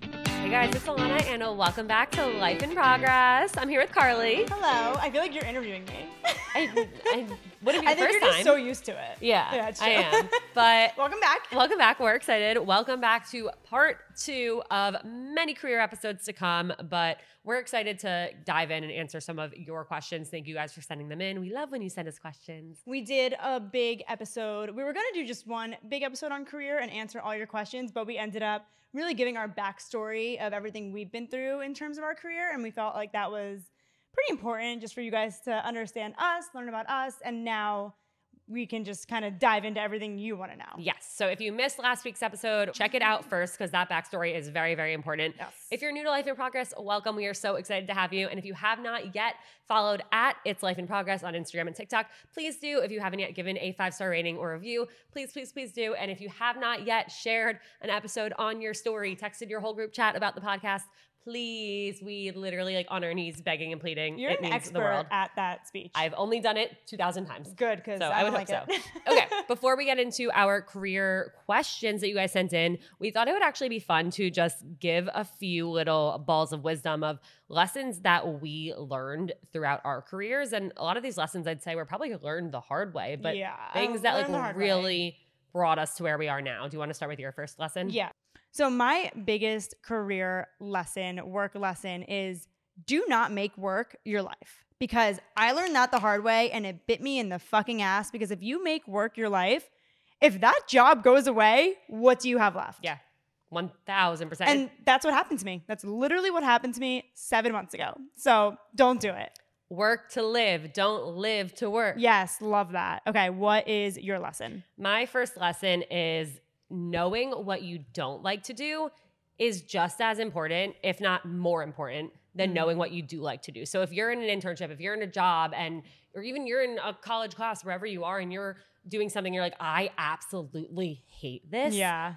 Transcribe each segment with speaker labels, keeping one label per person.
Speaker 1: guys, it's Alana Anna. Welcome back to Life in Progress. I'm here with Carly.
Speaker 2: Hello. I feel like you're interviewing me.
Speaker 1: I, I would have been
Speaker 2: I
Speaker 1: the
Speaker 2: think
Speaker 1: 1st
Speaker 2: you're
Speaker 1: time.
Speaker 2: just so used to it.
Speaker 1: yeah,
Speaker 2: Yeah, it's true.
Speaker 1: I am. But
Speaker 2: Welcome back.
Speaker 1: welcome back. We're excited. Welcome back to part two of many career episodes to come. But we're excited to dive in and answer some of your questions. Thank you guys for sending them in. We love when you send us questions.
Speaker 2: We did a big episode. We were going to do just one big episode on career and answer all your questions, but we ended up really giving our backstory of everything we've been through in terms of our career. And we felt like that was pretty important just for you guys to understand us, learn about us. And now we can just kind of dive into everything you want to know.
Speaker 1: Yes. So if you missed last week's episode, check it out first because that backstory is very, very important.
Speaker 2: Yes.
Speaker 1: If you're new to Life in Progress, welcome. We are so excited to have you. And if you have not yet followed at It's Life in Progress on Instagram and TikTok, please do. If you haven't yet given a five star rating or review, please, please, please do. And if you have not yet shared an episode on your story, texted your whole group chat about the podcast, please, we literally like on our knees begging and pleading.
Speaker 2: you're
Speaker 1: it
Speaker 2: an
Speaker 1: means the world.
Speaker 2: expert at that speech.
Speaker 1: I've only done it 2,000 times.
Speaker 2: Good, because
Speaker 1: So I
Speaker 2: I, don't
Speaker 1: would
Speaker 2: like
Speaker 1: hope
Speaker 2: it.
Speaker 1: okay, before we get into our career questions that you guys sent in, we thought it would actually be fun to just give a few little balls of wisdom of lessons that we learned throughout our careers. And a lot of these lessons I'd say were probably learned the hard way, but
Speaker 2: yeah.
Speaker 1: things that
Speaker 2: learn the
Speaker 1: like
Speaker 2: hard way.
Speaker 1: really brought us to where we are now. Do you want to start with your first lesson?
Speaker 2: Yeah. So my biggest career lesson, work lesson is do not make work your life. Because I learned that the hard way and it bit me in the fucking ass because if you make work your life, if that job goes away, what do you have left?
Speaker 1: Yeah. 1000%.
Speaker 2: And that's what happened to me. That's literally what happened to me 7 months ago. So don't do it.
Speaker 1: work to live, don't live to work.
Speaker 2: Yes, love that. Okay, what is your lesson?
Speaker 1: My first lesson is knowing what you don't like to do is just as important, if not more important, than
Speaker 2: Mhm.
Speaker 1: knowing what you do like to do. So if you're in an internship, if you're in a job and or even you're in a college class wherever you are and you're doing something you're like I absolutely hate this.
Speaker 2: Yeah.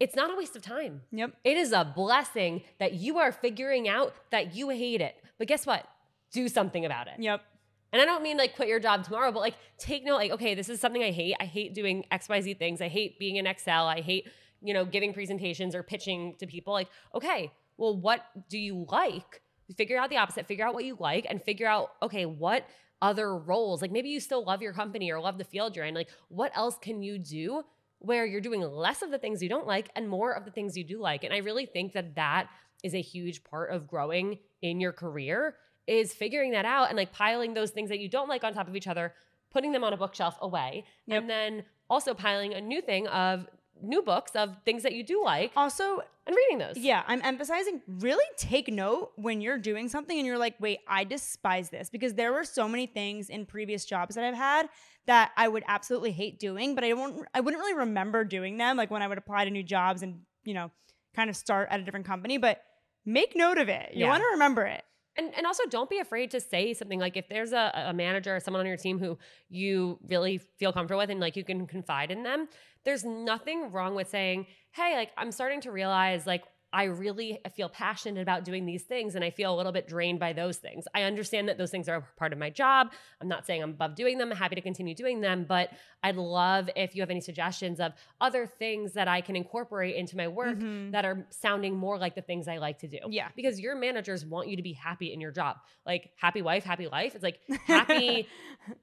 Speaker 1: It's not a waste of time.
Speaker 2: Yep.
Speaker 1: It is a blessing that you are figuring out that you hate it. But guess what? Do something about it.
Speaker 2: Yep.
Speaker 1: And I don't mean like quit your job tomorrow, but like take note, like, okay, this is something I hate. I hate doing XYZ things. I hate being in Excel. I hate, you know, giving presentations or pitching to people. Like, okay, well, what do you like? Figure out the opposite, figure out what you like, and figure out, okay, what other roles, like maybe you still love your company or love the field you're in. Like, what else can you do where you're doing less of the things you don't like and more of the things you do like? And I really think that that is a huge part of growing in your career is figuring that out and like piling those things that you don't like on top of each other, putting them on a bookshelf away,
Speaker 2: Yep.
Speaker 1: and then also piling a new thing of new books of things that you do like
Speaker 2: Also,
Speaker 1: and reading those.
Speaker 2: Yeah, I'm emphasizing really take note when you're doing something and you're like, wait, I despise this because there were so many things in previous jobs that I've had that I would absolutely hate doing, but I won't I wouldn't really remember doing them like when I would apply to new jobs and, you know, kind of start at a different company, but make note of it. You
Speaker 1: Yeah.
Speaker 2: want to remember it.
Speaker 1: And and also don't be afraid to say something like if there's a, a manager or someone on your team who you really feel comfortable with and like you can confide in them, there's nothing wrong with saying, Hey, like I'm starting to realize like I really feel passionate about doing these things and I feel a little bit drained by those things. I understand that those things are a part of my job. I'm not saying I'm above doing them. I'm happy to continue doing them, but I'd love if you have any suggestions of other things that I can incorporate into my work
Speaker 2: Mhm.
Speaker 1: that are sounding more like the things I like to do
Speaker 2: Yeah.
Speaker 1: because your managers want you to be happy in your job. Like happy wife, happy life. It's like happy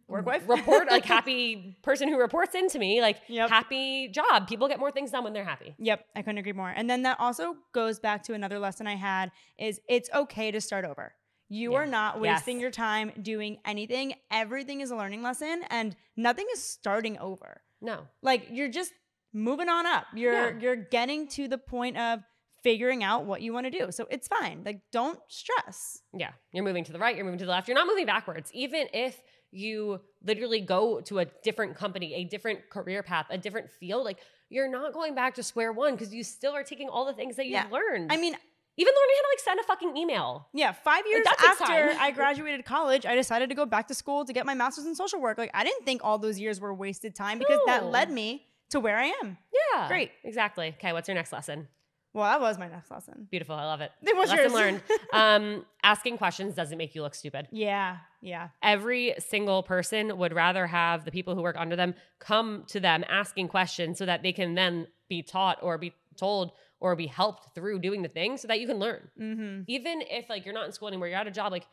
Speaker 2: Work wife?
Speaker 1: report, like happy person who reports into me, like
Speaker 2: Yep.
Speaker 1: happy job. People get more things done when they're happy.
Speaker 2: Yep, I couldn't agree more. And then that also goes back to another lesson I had is it's okay to start over. You
Speaker 1: Yeah.
Speaker 2: are not
Speaker 1: Yes.
Speaker 2: wasting your time doing anything. Everything is a learning lesson and nothing is starting over.
Speaker 1: No.
Speaker 2: Like you're just moving on up. You're
Speaker 1: Yeah.
Speaker 2: you're getting to the point of figuring out what you want to do. So it's fine. Like don't stress.
Speaker 1: Yeah. You're moving to the right, you're moving to the left. You're not moving backwards. Even if you literally go to a different company, a different career path, a different field, like you're not going back to square one because you still are taking all the things that you've
Speaker 2: Yeah.
Speaker 1: learned.
Speaker 2: I mean,
Speaker 1: even learning how to like send a fucking email.
Speaker 2: yeah, 5 years
Speaker 1: that takes
Speaker 2: after
Speaker 1: time.
Speaker 2: I graduated college, I decided to go back to school to get my masters in social work. Like I didn't think all those years were wasted time because that
Speaker 1: No.
Speaker 2: led me to where I am.
Speaker 1: Yeah.
Speaker 2: Great.
Speaker 1: Exactly. Okay. What's your next lesson?
Speaker 2: Well, that was my next lesson.
Speaker 1: Beautiful. I love it.
Speaker 2: It was
Speaker 1: Lesson
Speaker 2: yours.
Speaker 1: learned. Um, asking questions doesn't make you look stupid.
Speaker 2: Yeah, yeah.
Speaker 1: Every single person would rather have the people who work under them come to them asking questions so that they can then be taught or be told or be helped through doing the thing so that you can learn.
Speaker 2: Mm-hmm.
Speaker 1: Even if like you're not in school anymore, you're at a job, like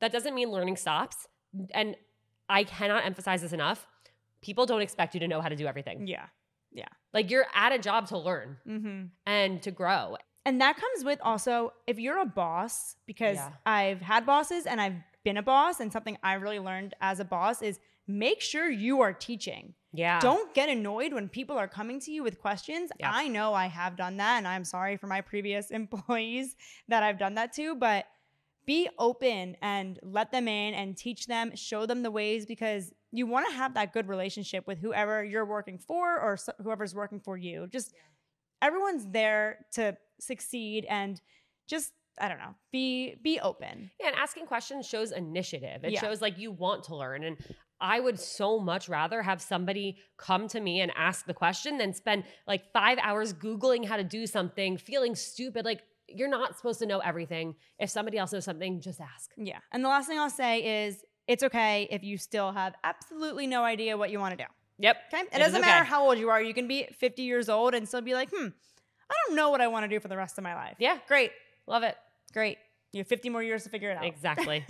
Speaker 1: that doesn't mean learning stops. And I cannot emphasize this enough. People don't expect you to know how to do everything.
Speaker 2: Yeah.
Speaker 1: Like you're at a job to learn
Speaker 2: Mm-hmm.
Speaker 1: and to grow.
Speaker 2: And that comes with also if you're a boss, because
Speaker 1: Yeah.
Speaker 2: I've had bosses and I've been a boss, and something I really learned as a boss is make sure you are teaching.
Speaker 1: Yeah.
Speaker 2: Don't get annoyed when people are coming to you with questions.
Speaker 1: Yeah.
Speaker 2: I know I have done that, and I'm sorry for my previous employees that I've done that to, but be open and let them in and teach them, show them the ways because you want to have that good relationship with whoever you're working for or so- whoever's working for you. Just everyone's there to succeed and just I don't know, be be open.
Speaker 1: Yeah, and asking questions shows initiative. It
Speaker 2: Yeah.
Speaker 1: shows like you want to learn. And I would so much rather have somebody come to me and ask the question than spend like five hours Googling how to do something, feeling stupid. Like, you're not supposed to know everything. If somebody else knows something, just ask.
Speaker 2: Yeah. And the last thing I'll say is it's okay if you still have absolutely no idea what you want to do.
Speaker 1: Yep.
Speaker 2: Okay. It,
Speaker 1: It is
Speaker 2: doesn't matter
Speaker 1: okay.
Speaker 2: how old you are. You can be 50 years old and still be like, hmm, I don't know what I want to do for the rest of my life.
Speaker 1: Yeah.
Speaker 2: Great.
Speaker 1: Love it.
Speaker 2: Great. You have 50 more years to figure it out.
Speaker 1: Exactly.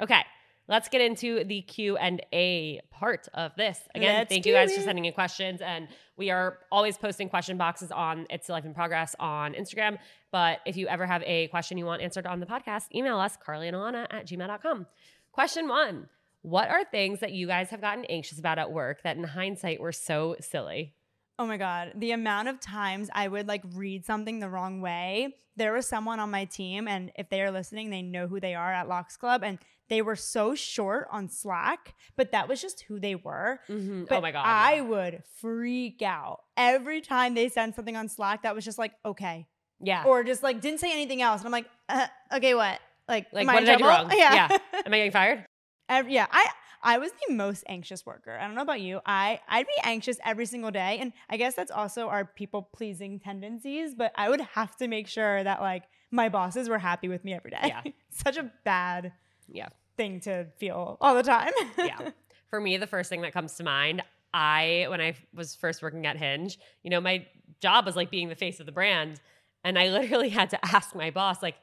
Speaker 1: okay. Let's get into the Q and A part of this. Again,
Speaker 2: Let's
Speaker 1: thank you
Speaker 2: do
Speaker 1: guys for
Speaker 2: it.
Speaker 1: sending in questions, and we are always posting question boxes on It's Life in Progress on Instagram. But if you ever have a question you want answered on the podcast, email us Carly and Alana at gmail.com. Question one: What are things that you guys have gotten anxious about at work that, in hindsight, were so silly?
Speaker 2: Oh my God. The amount of times I would like read something the wrong way. There was someone on my team, and if they are listening, they know who they are at Locks Club, and they were so short on Slack, but that was just who they were.
Speaker 1: Mhm.
Speaker 2: Mm-hmm. But
Speaker 1: oh my god!
Speaker 2: I
Speaker 1: yeah.
Speaker 2: would freak out every time they send something on Slack that was just like, okay,
Speaker 1: yeah.
Speaker 2: or just like didn't say anything else. And I'm like, uh, okay, what? Like,
Speaker 1: Like,
Speaker 2: am I
Speaker 1: what
Speaker 2: in
Speaker 1: did I do
Speaker 2: trouble?
Speaker 1: wrong?
Speaker 2: Yeah.
Speaker 1: Am I getting fired?
Speaker 2: Ev- yeah. I I was the most anxious worker. I don't know about you. I I'd be anxious every single day, and I guess that's also our people pleasing tendencies. But I would have to make sure that like my bosses were happy with me every day.
Speaker 1: Yeah.
Speaker 2: Such a bad
Speaker 1: Yeah.
Speaker 2: thing to feel all the time.
Speaker 1: yeah. For me, the first thing that comes to mind, I when I was first working at Hinge, you know, my job was like being the face of the brand, and I literally had to ask my boss. Like,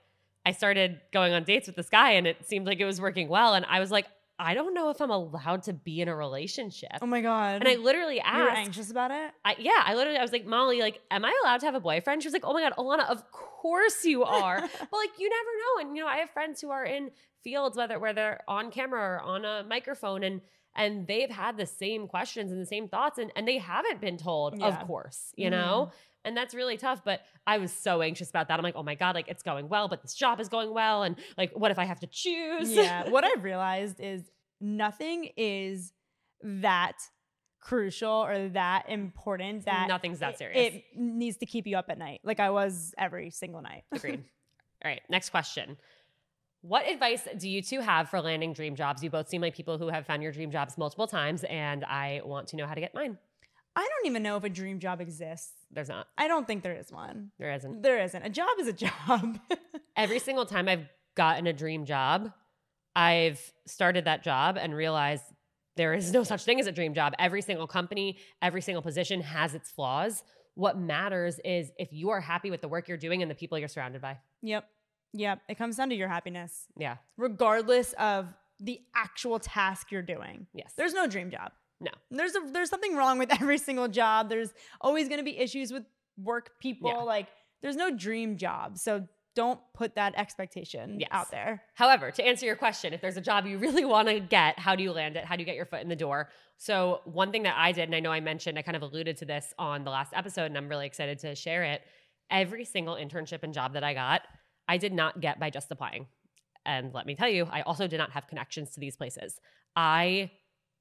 Speaker 1: I started going on dates with this guy, and it seemed like it was working well, and I was like, I don't know if I'm allowed to be in a relationship.
Speaker 2: oh my god.
Speaker 1: and I literally
Speaker 2: you were
Speaker 1: asked,
Speaker 2: anxious about it.
Speaker 1: I, yeah, I literally, I was like, Molly, like, am I allowed to have a boyfriend? She was like, oh my God, Alana, of course you are. but like, you never know. And, you know, I have friends who are in fields, whether, where they're on camera or on a microphone and, and they've had the same questions and the same thoughts and, and they haven't been told,
Speaker 2: Yeah. Mm-hmm.
Speaker 1: of course, you know? And that's really tough. But I was so anxious about that. I'm like, oh my God, like it's going well, but this job is going well. And like, what if I have to choose?
Speaker 2: yeah. What I've realized is nothing is that crucial or that important that
Speaker 1: Nothing's that
Speaker 2: it-
Speaker 1: serious.
Speaker 2: It, needs to keep you up at night, like I was every single night.
Speaker 1: Agreed. All right, next question. What advice do you two have for landing dream jobs? You both seem like people who have found your dream jobs multiple times, and I want to know how to get mine.
Speaker 2: I don't even know if a dream job exists.
Speaker 1: There's not,
Speaker 2: I don't think there is one.
Speaker 1: there isn't.
Speaker 2: There isn't. A job is a job.
Speaker 1: Every single time I've gotten a dream job, I've started that job and realized there is no such thing as a dream job. Every single company, every single position has its flaws. What matters is if you are happy with the work you're doing and the people you're surrounded by.
Speaker 2: yep. Yep. It comes down to your happiness,
Speaker 1: Yeah.
Speaker 2: regardless of the actual task you're doing.
Speaker 1: Yes.
Speaker 2: There's no dream job.
Speaker 1: No.
Speaker 2: There's a, there's something wrong with every single job. There's always going to be issues with work people.
Speaker 1: Yeah.
Speaker 2: Like there's no dream job. So don't put that expectation
Speaker 1: Yes.
Speaker 2: out there.
Speaker 1: However, to answer your question, if there's a job you really want to get, how do you land it? How do you get your foot in the door? So, one thing that I did, and I know I mentioned, I kind of alluded to this on the last episode, and I'm really excited to share it. Every single internship and job that I got, I did not get by just applying. And let me tell you, I also did not have connections to these places. I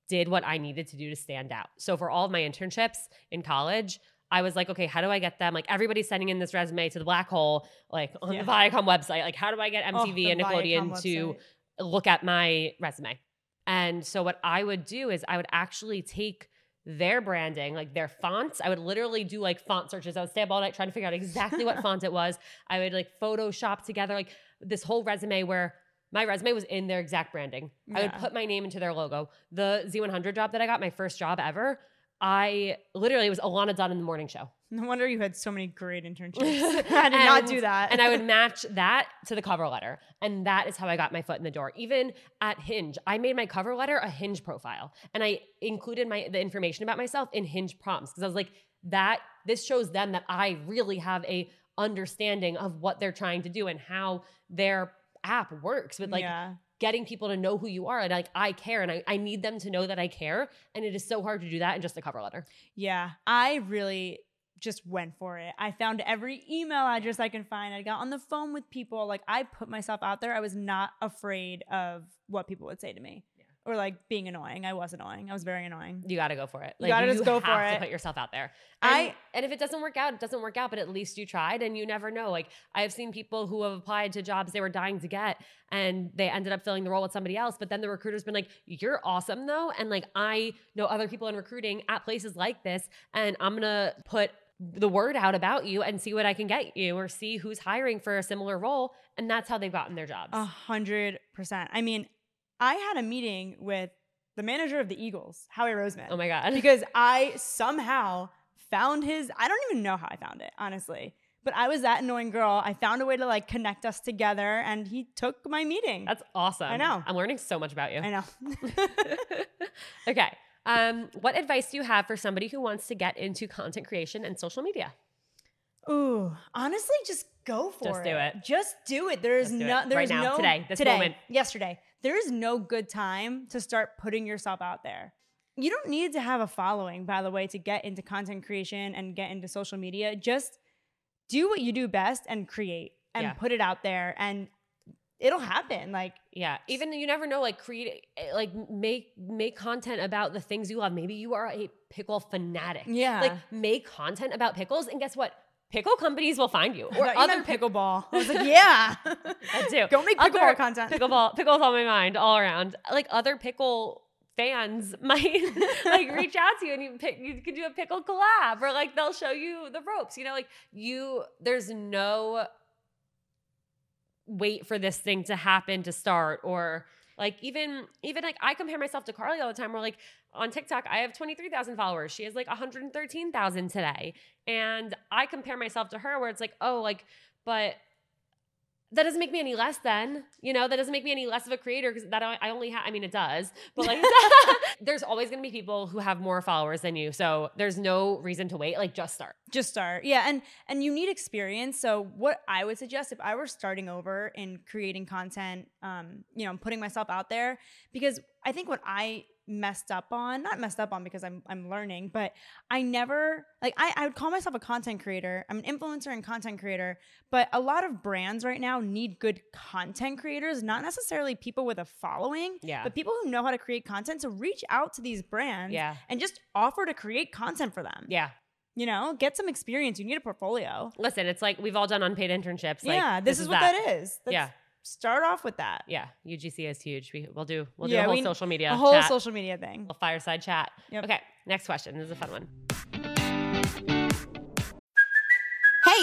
Speaker 1: did what I needed to do to stand out. So, for all of my internships in college, I was like, okay, how do I get them? Like, everybody's sending in this resume to the black hole, like on
Speaker 2: Yeah.
Speaker 1: the Viacom website. Like, how do I get
Speaker 2: Oh,
Speaker 1: MTV
Speaker 2: the
Speaker 1: and Nickelodeon
Speaker 2: Viacom
Speaker 1: to
Speaker 2: website.
Speaker 1: look at my resume. And so what I would do is I would actually take their branding, like their fonts. I would literally do like font searches. I would stay up all night trying to figure out exactly what font it was. I would like Photoshop together like this whole resume where my resume was in their exact branding. I would
Speaker 2: Yeah.
Speaker 1: put my name into their logo. The Z100 job that I got, my first job ever, I literally it was Alana Dunn in the morning show.
Speaker 2: No wonder you had so many great internships. I did not
Speaker 1: And-
Speaker 2: do that.
Speaker 1: and I would match that to the cover letter. And that is how I got my foot in the door. Even at Hinge, I made my cover letter a Hinge profile and I included my the information about myself in Hinge prompts because I was like that this shows them that I really have a understanding of what they're trying to do and how their app works with like
Speaker 2: yeah.
Speaker 1: getting people to know who you are and like I care and I, I need them to know that I care and it is so hard to do that in just a cover letter.
Speaker 2: Yeah, I really just went for it. I found every email address I could find. I got on the phone with people. Like I put myself out there. I was not afraid of what people would say to me
Speaker 1: Yeah.
Speaker 2: or like being annoying. I was annoying. I was very annoying.
Speaker 1: You got to go for it.
Speaker 2: You gotta just go for
Speaker 1: have to
Speaker 2: it.
Speaker 1: Put yourself out there.
Speaker 2: I-
Speaker 1: I and if it doesn't work out, it doesn't work out. But at least you tried, and you never know. Like I have seen people who have applied to jobs they were dying to get, and they ended up filling the role with somebody else. But then the recruiter's been like, "You're awesome, though," and like I know other people in recruiting at places like this, and I'm gonna put the word out about you and see what I can get you, or see who's hiring for a similar role, and that's how they've gotten their jobs.
Speaker 2: A hundred percent. I mean, I had a meeting with the manager of the Eagles, Howie Roseman.
Speaker 1: oh my god!
Speaker 2: because I somehow found his. I don't even know how I found it, honestly. But I was that annoying girl. I found a way to like connect us together, and he took my meeting.
Speaker 1: That's awesome.
Speaker 2: I know.
Speaker 1: I'm learning so much about you.
Speaker 2: I know.
Speaker 1: okay. Um, what advice do you have for somebody who wants to get into content creation and social media?
Speaker 2: Ooh, honestly, just go for
Speaker 1: Just
Speaker 2: it.
Speaker 1: do it.
Speaker 2: Just do it. There is
Speaker 1: Just do
Speaker 2: no.
Speaker 1: it.
Speaker 2: There
Speaker 1: Right
Speaker 2: is
Speaker 1: now,
Speaker 2: no
Speaker 1: today, this
Speaker 2: today,
Speaker 1: moment.
Speaker 2: Yesterday. There is no good time to start putting yourself out there. You don't need to have a following, by the way, to get into content creation and get into social media. Just do what you do best and create and
Speaker 1: Yeah.
Speaker 2: put it out there, and it'll happen. Like
Speaker 1: Yeah. Even you never know, like create eh, like make make content about the things you love. Maybe you are a pickle fanatic.
Speaker 2: Yeah.
Speaker 1: Like make content about pickles and guess what? Pickle companies will find you.
Speaker 2: I
Speaker 1: Or
Speaker 2: thought you
Speaker 1: other
Speaker 2: meant pickleball. I was like, yeah,
Speaker 1: I do.
Speaker 2: Go make
Speaker 1: Other-
Speaker 2: pickleball content.
Speaker 1: pickleball pickles on my mind all around like other pickle fans might like reach out to you and you pick you can do a pickle collab or like they'll show you the ropes you know like you there's no wait for this thing to happen to start or like even even like I compare myself to Carly all the time. We're like on TikTok, I have twenty three thousand followers. She has like one hundred thirteen thousand today, and I compare myself to her, where it's like, oh, like, but that doesn't make me any less than you know that doesn't make me any less of a creator because that I I only have. I mean, it does, but like, there's always gonna be people who have more followers than you, so there's no reason to wait. Like, just start.
Speaker 2: just start yeah and and you need experience so what i would suggest if i were starting over in creating content um you know putting myself out there because i think what i messed up on not messed up on because i'm i'm learning but i never like i, I would call myself a content creator i'm an influencer and content creator but a lot of brands right now need good content creators not necessarily people with a following
Speaker 1: Yeah.
Speaker 2: but people who know how to create content so reach out to these brands
Speaker 1: Yeah.
Speaker 2: and just offer to create content for them
Speaker 1: Yeah.
Speaker 2: you know, get some experience. You need a portfolio.
Speaker 1: Listen, it's like we've all done unpaid internships. Like,
Speaker 2: yeah, this, is, what that is. Let's
Speaker 1: Yeah.
Speaker 2: Start off with that.
Speaker 1: Yeah, UGC is huge. We, we'll do we'll do
Speaker 2: Yeah,
Speaker 1: a whole
Speaker 2: we-
Speaker 1: social media
Speaker 2: a whole
Speaker 1: chat.
Speaker 2: social media thing.
Speaker 1: A fireside chat.
Speaker 2: Yep.
Speaker 1: Okay, next question. This is a fun one.
Speaker 3: Hey,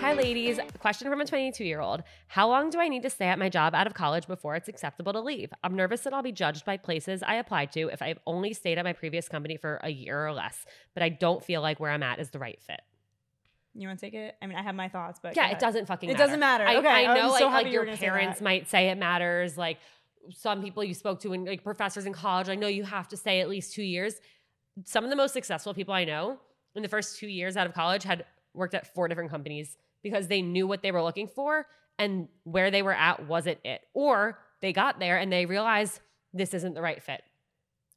Speaker 1: Hi, ladies. Question from a 22 year old How long do I need to stay at my job out of college before it's acceptable to leave? I'm nervous that I'll be judged by places I applied to if I've only stayed at my previous company for a year or less, but I don't feel like where I'm at is the right fit.
Speaker 2: You want to take it? I mean, I have my thoughts, but
Speaker 1: Yeah,
Speaker 2: go
Speaker 1: it
Speaker 2: ahead.
Speaker 1: doesn't fucking
Speaker 2: It
Speaker 1: matter.
Speaker 2: doesn't matter.
Speaker 1: I,
Speaker 2: Okay,
Speaker 1: I
Speaker 2: I'm
Speaker 1: know
Speaker 2: so
Speaker 1: like,
Speaker 2: happy
Speaker 1: like
Speaker 2: you
Speaker 1: your
Speaker 2: were gonna say
Speaker 1: parents
Speaker 2: that.
Speaker 1: might say it matters, like some people you spoke to and like professors in college, I know you have to stay at least two years. Some of the most successful people I know in the first two years out of college had worked at four different companies because they knew what they were looking for and where they were at wasn't it. Or they got there and they realized this isn't the right fit.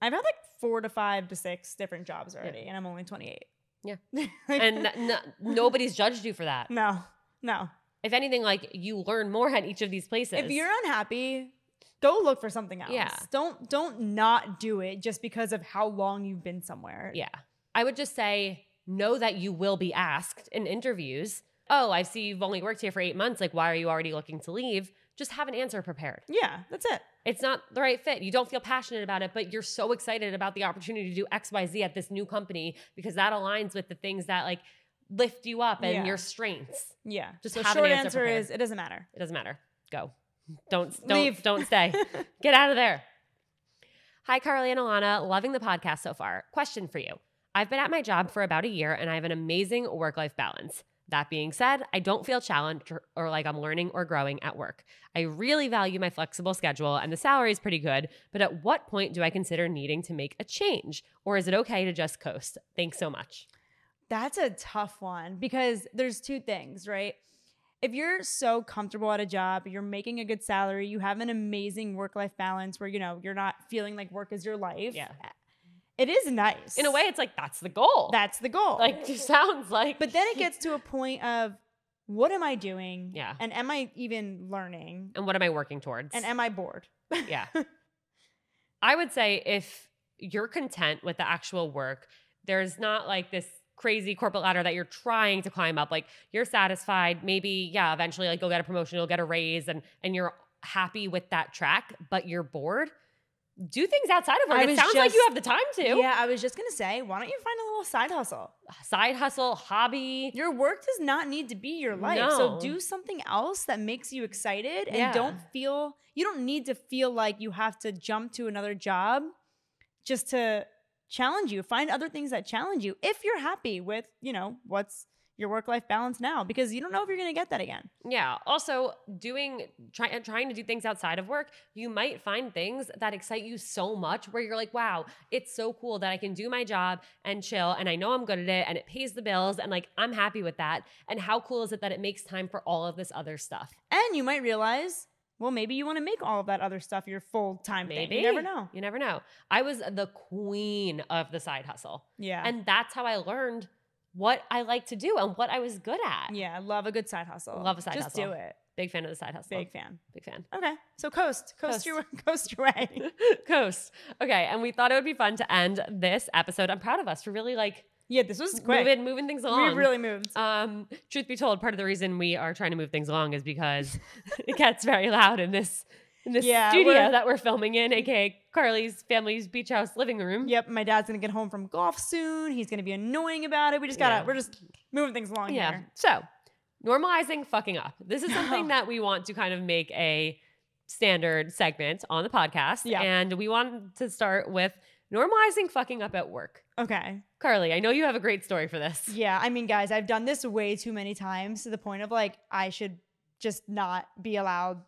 Speaker 2: I've had like four to five to six different jobs already, and I'm only 28.
Speaker 1: Yeah.
Speaker 2: Like,
Speaker 1: And n- nobody's judged you for that.
Speaker 2: no, no.
Speaker 1: If anything, like you learn more at each of these places.
Speaker 2: If you're unhappy, go look for something else.
Speaker 1: Yeah.
Speaker 2: Don't don't not do it just because of how long you've been somewhere.
Speaker 1: Yeah. I would just say know that you will be asked in interviews. Oh, I see you've only worked here for eight months. Like, why are you already looking to leave? Just have an answer prepared.
Speaker 2: Yeah, that's it.
Speaker 1: It's not the right fit. You don't feel passionate about it, but you're so excited about the opportunity to do XYZ at this new company because that aligns with the things that like lift you up and
Speaker 2: Yeah.
Speaker 1: your strengths.
Speaker 2: Yeah.
Speaker 1: Just
Speaker 2: so
Speaker 1: have an
Speaker 2: short
Speaker 1: answer
Speaker 2: answer
Speaker 1: prepared.
Speaker 2: is it doesn't matter.
Speaker 1: It doesn't matter. Go. Don't don't
Speaker 2: Leave.
Speaker 1: don't stay. Get out of there. Hi, Carly and Alana. Loving the podcast so far. Question for you. I've been at my job for about a year and I have an amazing work life balance. That being said, I don't feel challenged or- or like I'm learning or growing at work. I really value my flexible schedule and the salary is pretty good, but at what point do I consider needing to make a change? Or is it okay to just coast? Thanks so much.
Speaker 2: That's a tough one because there's two things, right? If you're so comfortable at a job, you're making a good salary, you have an amazing work-life balance where you know you're not feeling like work is your life.
Speaker 1: Yeah.
Speaker 2: It is nice.
Speaker 1: In a way, it's like that's the goal.
Speaker 2: that's the goal.
Speaker 1: like just sounds like
Speaker 2: but then it gets to a point of what am I doing?
Speaker 1: Yeah.
Speaker 2: And am I even learning?
Speaker 1: and what am I working towards?
Speaker 2: And am I bored?
Speaker 1: Yeah. I would say if you're content with the actual work, there's not like this crazy corporate ladder that you're trying to climb up. Like you're satisfied, maybe yeah, eventually like you'll get a promotion, you'll get a raise and and you're happy with that track, but you're bored. Do things outside of work.
Speaker 2: I
Speaker 1: It
Speaker 2: was
Speaker 1: sounds like you
Speaker 2: just-
Speaker 1: have the time to.
Speaker 2: Yeah, I was just gonna say, why don't you find a little side hustle?
Speaker 1: Side hustle, hobby.
Speaker 2: Your work does not need to be your life.
Speaker 1: No.
Speaker 2: So do something else that makes you excited and
Speaker 1: Yeah.
Speaker 2: don't feel you don't need to feel like you have to jump to another job just to challenge you. Find other things that challenge you if you're happy with, you know, what's your work life balance now because you don't know if you're gonna get that again.
Speaker 1: Yeah. Also, doing try, and trying to do things outside of work, you might find things that excite you so much where you're like, "Wow, it's so cool that I can do my job and chill, and I know I'm good at it, and it pays the bills, and like I'm happy with that." And how cool is it that it makes time for all of this other stuff?
Speaker 2: And you might realize, well, maybe you wanna make all of that other stuff your full time thing.
Speaker 1: Maybe
Speaker 2: You never know.
Speaker 1: You never know. I was the queen of the side hustle,
Speaker 2: Yeah.
Speaker 1: and that's how I learned what I like to do and what I was good at.
Speaker 2: yeah, I love a good side hustle.
Speaker 1: Love a side
Speaker 2: just
Speaker 1: hustle.
Speaker 2: do it.
Speaker 1: Big fan of the side hustle.
Speaker 2: Big fan.
Speaker 1: Big fan.
Speaker 2: Okay. So coast, coast,
Speaker 1: Coast.
Speaker 2: your coast your way.
Speaker 1: Coast. Okay, and we thought it would be fun to end this episode. I'm proud of us for really like
Speaker 2: yeah, this was quick.
Speaker 1: moving, moving things along.
Speaker 2: We really moved.
Speaker 1: Um, truth be told, part of the reason we are trying to move things along is because it gets very loud in this in this
Speaker 2: Yeah,
Speaker 1: studio
Speaker 2: we're-
Speaker 1: that we're filming in, aka Carly's family's beach house living room.
Speaker 2: yep, my dad's gonna get home from golf soon. He's gonna be annoying about it. We just gotta.
Speaker 1: Yeah.
Speaker 2: We're just moving things along
Speaker 1: Yeah.
Speaker 2: here.
Speaker 1: So normalizing fucking up. This is something that we want to kind of make a standard segment on the podcast.
Speaker 2: Yeah.
Speaker 1: And we want to start with normalizing fucking up at work.
Speaker 2: Okay.
Speaker 1: Carly, I know you have a great story for this.
Speaker 2: Yeah. I mean, guys, I've done this way too many times to the point of like I should just not be allowed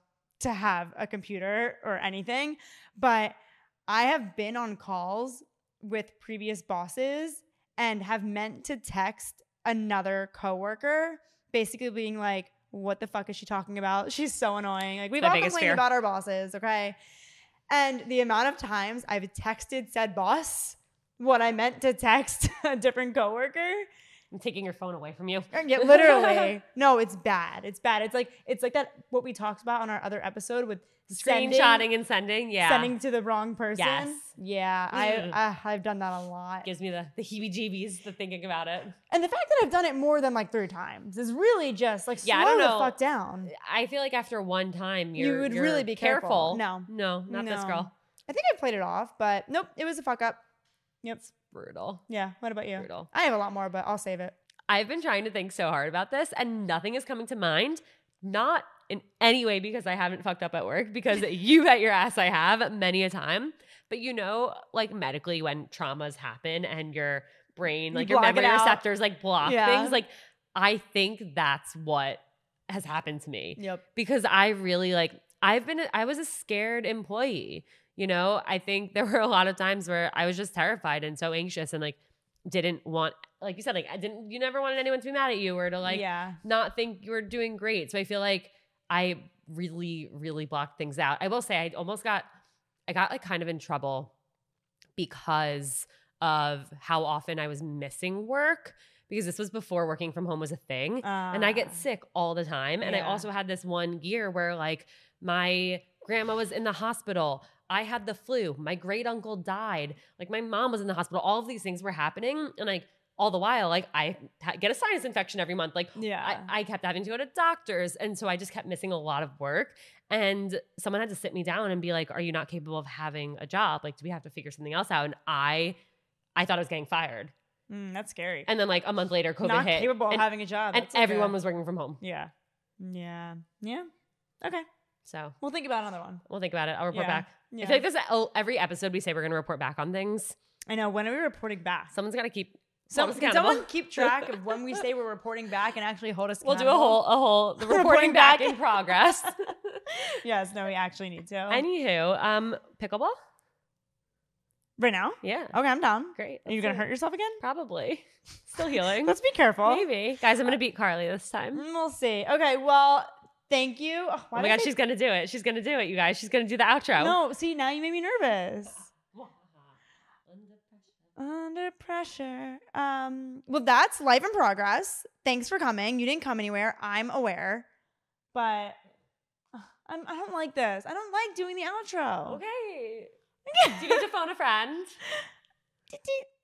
Speaker 2: to have a computer or anything. But I have been on calls with previous bosses and have meant to text another coworker, basically being like, "What the fuck is she talking about? She's so annoying." Like we've
Speaker 1: My
Speaker 2: all
Speaker 1: biggest
Speaker 2: complained
Speaker 1: fear.
Speaker 2: about our bosses, okay? And the amount of times I've texted said boss what I meant to text a different coworker.
Speaker 1: I'm taking your phone away from you.
Speaker 2: Uh, Yeah, literally. no, it's bad. It's bad. It's like it's like that what we talked about on our other episode with sending-
Speaker 1: Screenshotting and sending. Yeah.
Speaker 2: sending to the wrong person.
Speaker 1: Yes. Mm-hmm.
Speaker 2: Yeah, I
Speaker 1: Ugh.
Speaker 2: uh, I've done that a lot.
Speaker 1: Gives me the, the heebie jeebies, the thinking about it.
Speaker 2: And the fact that I've done it more than like three times is really just like
Speaker 1: Yeah, I
Speaker 2: slow
Speaker 1: don't know.
Speaker 2: the fuck down.
Speaker 1: I feel like after one time,
Speaker 2: You
Speaker 1: you're,
Speaker 2: would
Speaker 1: you're
Speaker 2: really be careful. No.
Speaker 1: No, not this
Speaker 2: No.
Speaker 1: girl.
Speaker 2: I think I played it off, but nope, it was a fuck up. Yep.
Speaker 1: Brutal.
Speaker 2: Yeah. What about you?
Speaker 1: Brutal.
Speaker 2: I have a lot more, but I'll save it.
Speaker 1: I've been trying to think so hard about this and nothing is coming to mind. Not in any way because I haven't fucked up at work, because you bet your ass I have many a time. But you know, like medically, when traumas happen and your brain,
Speaker 2: You
Speaker 1: like your
Speaker 2: block it
Speaker 1: memory
Speaker 2: out.
Speaker 1: receptors, like block
Speaker 2: Yeah.
Speaker 1: things, like I think that's what has happened to me.
Speaker 2: Yep.
Speaker 1: because I really like I've been I was a scared employee. You know, I think there were a lot of times where I was just terrified and so anxious and like didn't want like you said like I didn't you never wanted anyone to be mad at you or to like
Speaker 2: yeah.
Speaker 1: not think you were doing great. So I feel like I really really blocked things out. I will say I almost got I got like kind of in trouble because of how often I was missing work because this was before working from home was a thing and I
Speaker 2: Uh,
Speaker 1: get sick all the time. And I
Speaker 2: yeah.
Speaker 1: also had this one year where like my grandma was in the hospital. I had the flu. My great uncle died. Like my mom was in the hospital. All of these things were happening. And like all the while, like I ha- get a sinus infection every month. Like
Speaker 2: Yeah.
Speaker 1: I, I kept having to go to doctors. And so I just kept missing a lot of work. And someone had to sit me down and be like, Are you not capable of having a job? Like, do we have to figure something else out? And I I thought I was getting fired.
Speaker 2: Mm, that's scary.
Speaker 1: And then like a month later, COVID
Speaker 2: Not
Speaker 1: hit.
Speaker 2: capable of
Speaker 1: and
Speaker 2: having a job.
Speaker 1: and
Speaker 2: That's like
Speaker 1: everyone
Speaker 2: a-
Speaker 1: was working from home.
Speaker 2: Yeah. Yeah. Yeah. Okay.
Speaker 1: So
Speaker 2: We'll think about another one.
Speaker 1: we'll think about it. I'll report
Speaker 2: Yeah.
Speaker 1: back.
Speaker 2: Yeah.
Speaker 1: I feel like this oh, every episode we say we're going to report back on things.
Speaker 2: I know. When are we reporting back?
Speaker 1: Someone's got to keep.
Speaker 2: So,
Speaker 1: hold us
Speaker 2: can
Speaker 1: accountable.
Speaker 2: someone keep track of when we say we're reporting back and actually hold us?
Speaker 1: We'll do a
Speaker 2: accountable?
Speaker 1: whole a whole the reporting,
Speaker 2: Reporting
Speaker 1: back,
Speaker 2: back.
Speaker 1: in progress.
Speaker 2: Yes. No, we actually need to.
Speaker 1: Anywho, um, pickleball.
Speaker 2: right now.
Speaker 1: Yeah,
Speaker 2: Okay, I'm down.
Speaker 1: great.
Speaker 2: Are you
Speaker 1: Let's
Speaker 2: gonna
Speaker 1: do
Speaker 2: hurt
Speaker 1: it.
Speaker 2: yourself again?
Speaker 1: Probably. Still healing.
Speaker 2: Let's be careful.
Speaker 1: Maybe, guys. I'm gonna beat Carly this time.
Speaker 2: Uh, Mm, We'll see. Okay. Well, thank you. Oh, why
Speaker 1: oh my
Speaker 2: did
Speaker 1: god,
Speaker 2: I-
Speaker 1: she's gonna do it. She's gonna do it, you guys. She's gonna do the outro.
Speaker 2: No, see, now you made me nervous. Under pressure. Um, well, that's life in progress. Thanks for coming. You didn't come anywhere. I'm aware, but Ugh, I'm, I don't like this. I don't like doing the outro.
Speaker 1: Okay. do you need to phone a friend?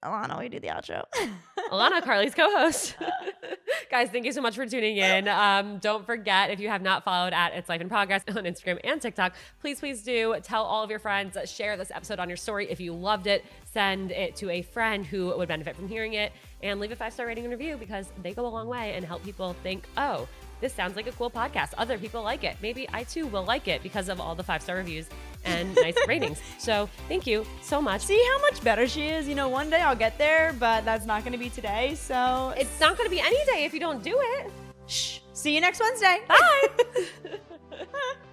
Speaker 2: Alana, we do the outro.
Speaker 1: Alana, Carly's co-host. Guys, thank you so much for tuning in. Um, don't forget, if you have not followed at It's Life in Progress on Instagram and TikTok, please, please do tell all of your friends, share this episode on your story if you loved it, send it to a friend who would benefit from hearing it, and leave a five-star rating and review because they go a long way and help people think, oh, this sounds like a cool podcast. Other people like it. Maybe I too will like it because of all the five-star reviews and nice ratings. So thank you so much.
Speaker 2: see how much better she is. You know, one day I'll get there, but that's not going to be today. So
Speaker 1: It's not going to be any day if you don't do it.
Speaker 2: Shh. See you next Wednesday.
Speaker 1: Bye.